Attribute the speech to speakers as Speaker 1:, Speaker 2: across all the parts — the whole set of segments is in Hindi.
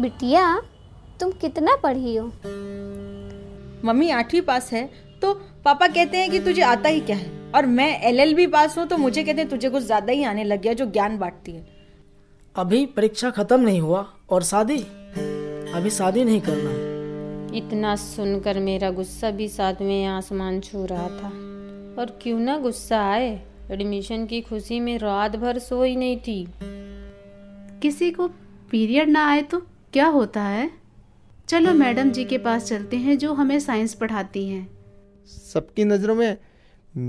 Speaker 1: बिटिया तुम कितना पढ़ी हो
Speaker 2: मम्मी आठवीं पास है तो पापा कहते हैं कि तुझे आता ही क्या है और मैं एलएलबी पास हूँ तो मुझे कहते हैं तुझे कुछ ज्यादा ही आने लग गया जो ज्ञान बांटती है
Speaker 3: अभी परीक्षा खत्म नहीं हुआ और शादी अभी शादी नहीं करना है।
Speaker 4: इतना सुनकर मेरा गुस्सा भी सातवें आसमान छू रहा था और क्यों ना गुस्सा आए एडमिशन की खुशी में रात भर सोई नहीं थी
Speaker 5: किसी को पीरियड ना आए तो क्या होता है चलो मैडम जी के पास चलते हैं जो हमें साइंस पढ़ाती हैं
Speaker 6: सबकी नज़रों में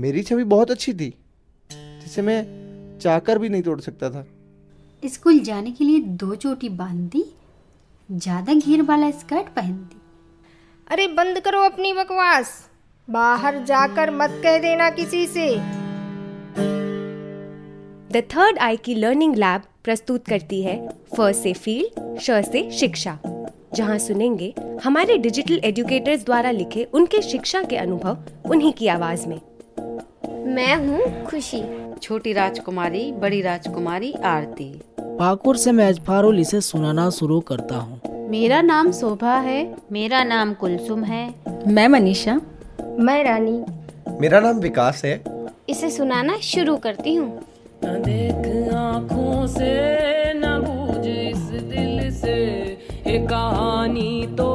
Speaker 6: मेरी छवि बहुत अच्छी थी जिसे मैं चाहकर भी नहीं तोड़ सकता था
Speaker 7: स्कूल जाने के लिए दो चोटी बांध दी ज्यादा घेर वाला स्कर्ट पहन दी
Speaker 8: अरे बंद करो अपनी बकवास बाहर जाकर मत कह देना किसी से
Speaker 9: द थर्ड आई की लर्निंग लैब प्रस्तुत करती है फ से फील्ड श से शिक्षा जहां सुनेंगे हमारे डिजिटल एजुकेटर्स द्वारा लिखे उनके शिक्षा के अनुभव उन्हीं की आवाज में
Speaker 1: मैं हूँ खुशी
Speaker 10: छोटी राजकुमारी बड़ी राजकुमारी आरती
Speaker 3: पाकुर से मैं अजफारुल इसे सुनाना शुरू करता हूँ
Speaker 5: मेरा नाम शोभा है
Speaker 4: मेरा नाम कुलसुम है
Speaker 2: मैं मनीषा
Speaker 1: मैं रानी
Speaker 6: मेरा नाम विकास है
Speaker 1: इसे सुनाना शुरू करती हूँ
Speaker 3: तो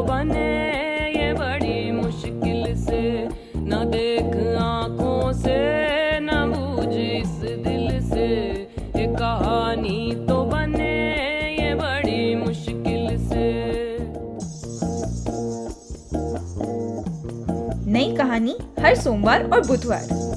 Speaker 3: तो
Speaker 11: नई कहानी हर सोमवार और बुधवार